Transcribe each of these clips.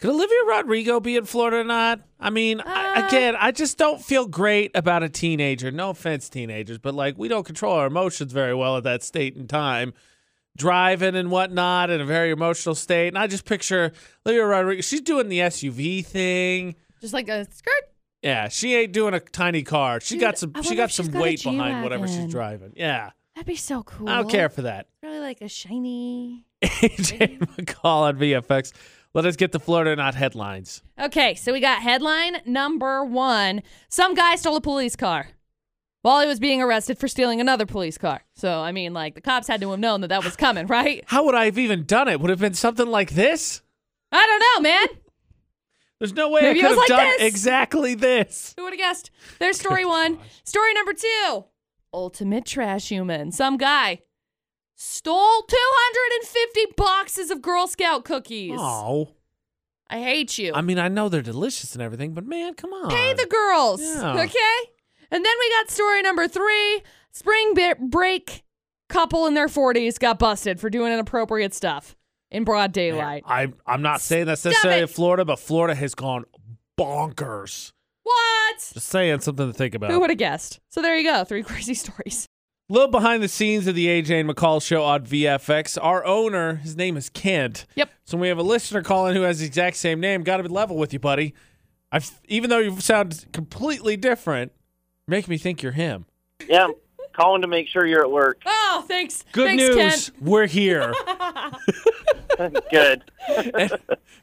Could Olivia Rodrigo be in Florida or not? I mean, Uh, I, again, I just don't feel great about a teenager. No offense, teenagers, but like we don't control our emotions very well at that state and time. Driving and whatnot in a very emotional state. And I just picture Olivia Rodrigo, she's doing the SUV thing. Just like a skirt. Yeah, she ain't doing a tiny car. She got Dude, some I she wonder got if she's some got a weight behind whatever she's G-Wagon. driving. Yeah. That'd be so cool. I don't care for that. Really like a shiny. AJ McCall on VFX. Let us get the Florida not headlines. Okay, so we got headline number one. Some guy stole a police car while he was being arrested for stealing another police car. So, I mean, like, the cops had to have known that that was coming, right? How would I have even done it? Would it have been something like this? I don't know, man. There's no way Maybe it I could was have like done this. exactly this. Who would have guessed? There's story one. Story number two Ultimate Trash Human. Some guy stole 250 boxes of Girl Scout cookies. Oh, I hate you. I mean, I know they're delicious and everything, but man, come on. Pay the girls. Yeah. Okay? And then we got story number three spring bit break couple in their 40s got busted for doing inappropriate stuff in broad daylight. I, I'm not saying that's Stop necessarily it. in Florida, but Florida has gone bonkers. What? Just saying something to think about. Who would have guessed? So there you go. Three crazy stories. little behind the scenes of the AJ and McCall show on VFX. Our owner, his name is Kent. Yep. So we have a listener calling who has the exact same name. Got to be level with you, buddy. I've, even though you sound completely different, make me think you're him. Yeah, I'm calling to make sure you're at work. Oh, thanks. Good thanks, news, Ken. we're here. Good.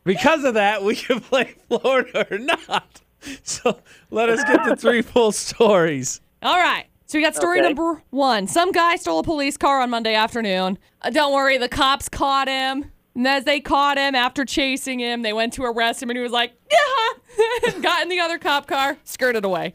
because of that, we can play Florida or not. So let us get the three full stories. All right. So we got story Okay. number one. Some guy stole a police car on Monday afternoon. Uh, don't worry, the cops caught him. And as they caught him after chasing him, they went to arrest him, and he was like, "Yeah!" got in the other cop car, skirted away.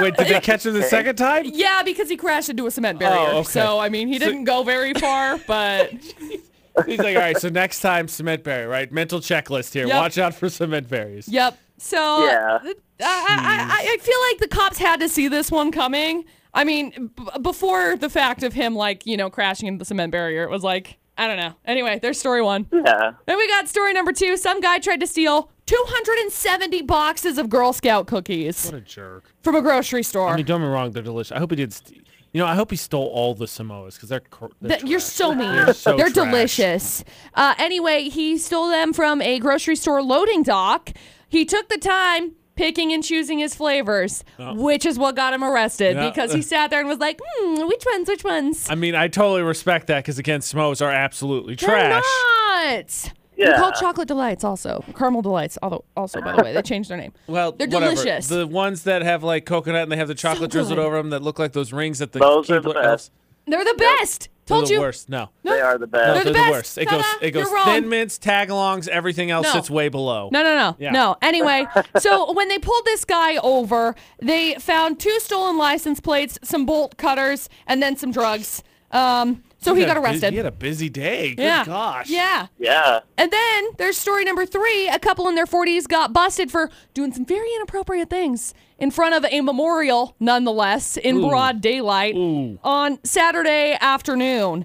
Wait, did they catch him the second time? Yeah, because he crashed into a cement barrier. okay. So I mean, he didn't go very far, but He's like, all right, so next time, cement berry, right? Mental checklist here. Yep. Watch out for cement berries. Yep. So Yeah. th- I, I, I, I feel like the cops had to see this one coming. I mean, b- before the fact of him like you know crashing into the cement barrier, it was like I don't know. Anyway, there's story one. Yeah. Then we got story number two. Some guy tried to steal 270 boxes of Girl Scout cookies What a jerk. from a grocery store. I mean, don't get me wrong, they're delicious. I hope he did. St- you know, I hope he stole all the Samoas because they're, cor- they're Th- you're trash. so mean. They're so They're trash. delicious. Uh, anyway, he stole them from a grocery store loading dock. He took the time picking and choosing his flavors, which is what got him arrested Uh. Yeah. because he sat there and was like, hmm, which ones, which ones? I mean, I totally respect that because again, Samoas are absolutely They're trash. not. They're Yeah. called chocolate delights also. Caramel delights although also by the way. They changed their name. Well, they're whatever. delicious. The ones that have like coconut and they have the chocolate drizzled good. over them that look like those rings that the Those are the Keebler best. elves- They're the best. Told they're you. the worst. No. No. They are No, the the best. they're best. the worst. It goes. Ta-da. It goes. You're wrong. Thin mints, tagalongs, everything else No. sits way below. No, no, no. Yeah. No. Anyway, so when they pulled this guy over, they found two stolen license plates, some bolt cutters, and then some drugs. Um, so he had got a bu- arrested. He had a busy day. Good yeah. gosh. Yeah. Yeah. And then there's story number three. A couple in their 40s got busted for doing some very inappropriate things in front of a memorial, nonetheless, in broad daylight on Saturday afternoon.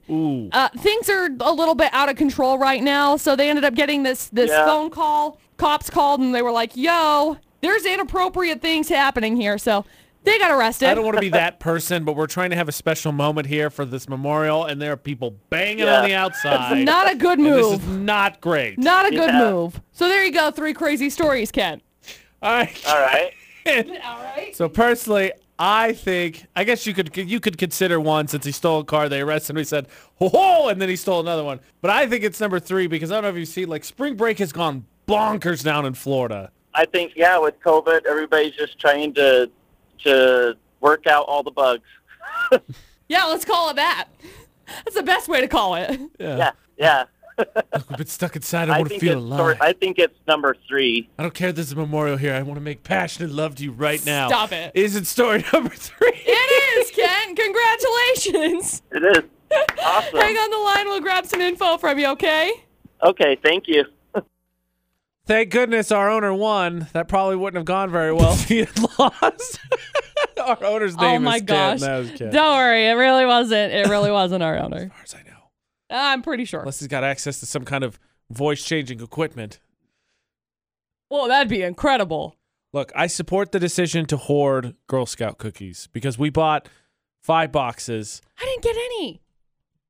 Uh, things are a little bit out of control right now, so they ended up getting this this Yeah. phone call. Cops called and they were like, "Yo, there's inappropriate things happening here," so they got arrested. I don't want to be that person, but we're trying to have a special moment here for this memorial, and there are people banging Yeah. on the outside. Not a good And This is move. not great. Not a good Yeah. move. So there you go, three crazy stories, Ken. All right. All right. All right. So personally, I think I guess you could you could consider one since he stole a car. They arrested him. He said ho ho, and then he stole another one. But I think it's number three because I don't know if you've seen like spring break has gone bonkers down in Florida. I think yeah, with COVID, everybody's just trying to to work out all the bugs. Yeah, let's call it that. That's the best way to call it. Yeah. Yeah. I've been stuck inside. I, I want to think feel it's alive. I think it's number three. I don't care if there's a memorial here. I want to make passionate love to you right now. Stop it. Is it story number three? It is, Ken. Congratulations. It is awesome. Hang on the line. We'll grab some info from you, okay? Okay. Thank you. Thank goodness our owner won. That probably wouldn't have gone very well if he had lost. our owner's name oh my is Ken. gosh. That was Ken. Don't worry. It really wasn't. It really wasn't our owner. As far as I know. I'm pretty sure. Unless he's got access to some kind of voice changing equipment. Well, that'd be incredible. Look, I support the decision to hoard Girl Scout cookies because we bought five boxes I didn't get any.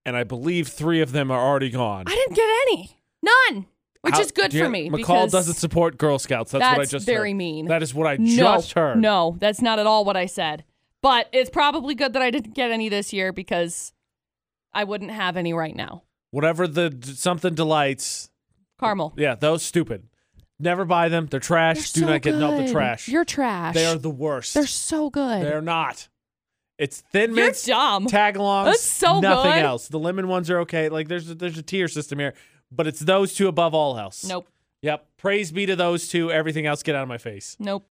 and I believe three of them are already gone. I didn't get any. None. Which How- is good do you- for me. McCall because doesn't support Girl Scouts. That's, what I That's just very heard. mean. That is what I no, just heard. No, that's not at all what I said. But it's probably good that I didn't get any this year because I wouldn't have any right now. Whatever the d- something delights. Caramel. Yeah, those stupid. Never buy them. They're trash. They're do so not get no the good. trash. You're trash. they are the worst. They're so good. They're not. It's thin You're mints, dumb. tagalongs. That's so nothing good. else. The lemon ones are okay. Like there's a, there's a tier system here, but it's those two above all else. Nope. Yep. Praise be to those two. Everything else, get out of my face. Nope.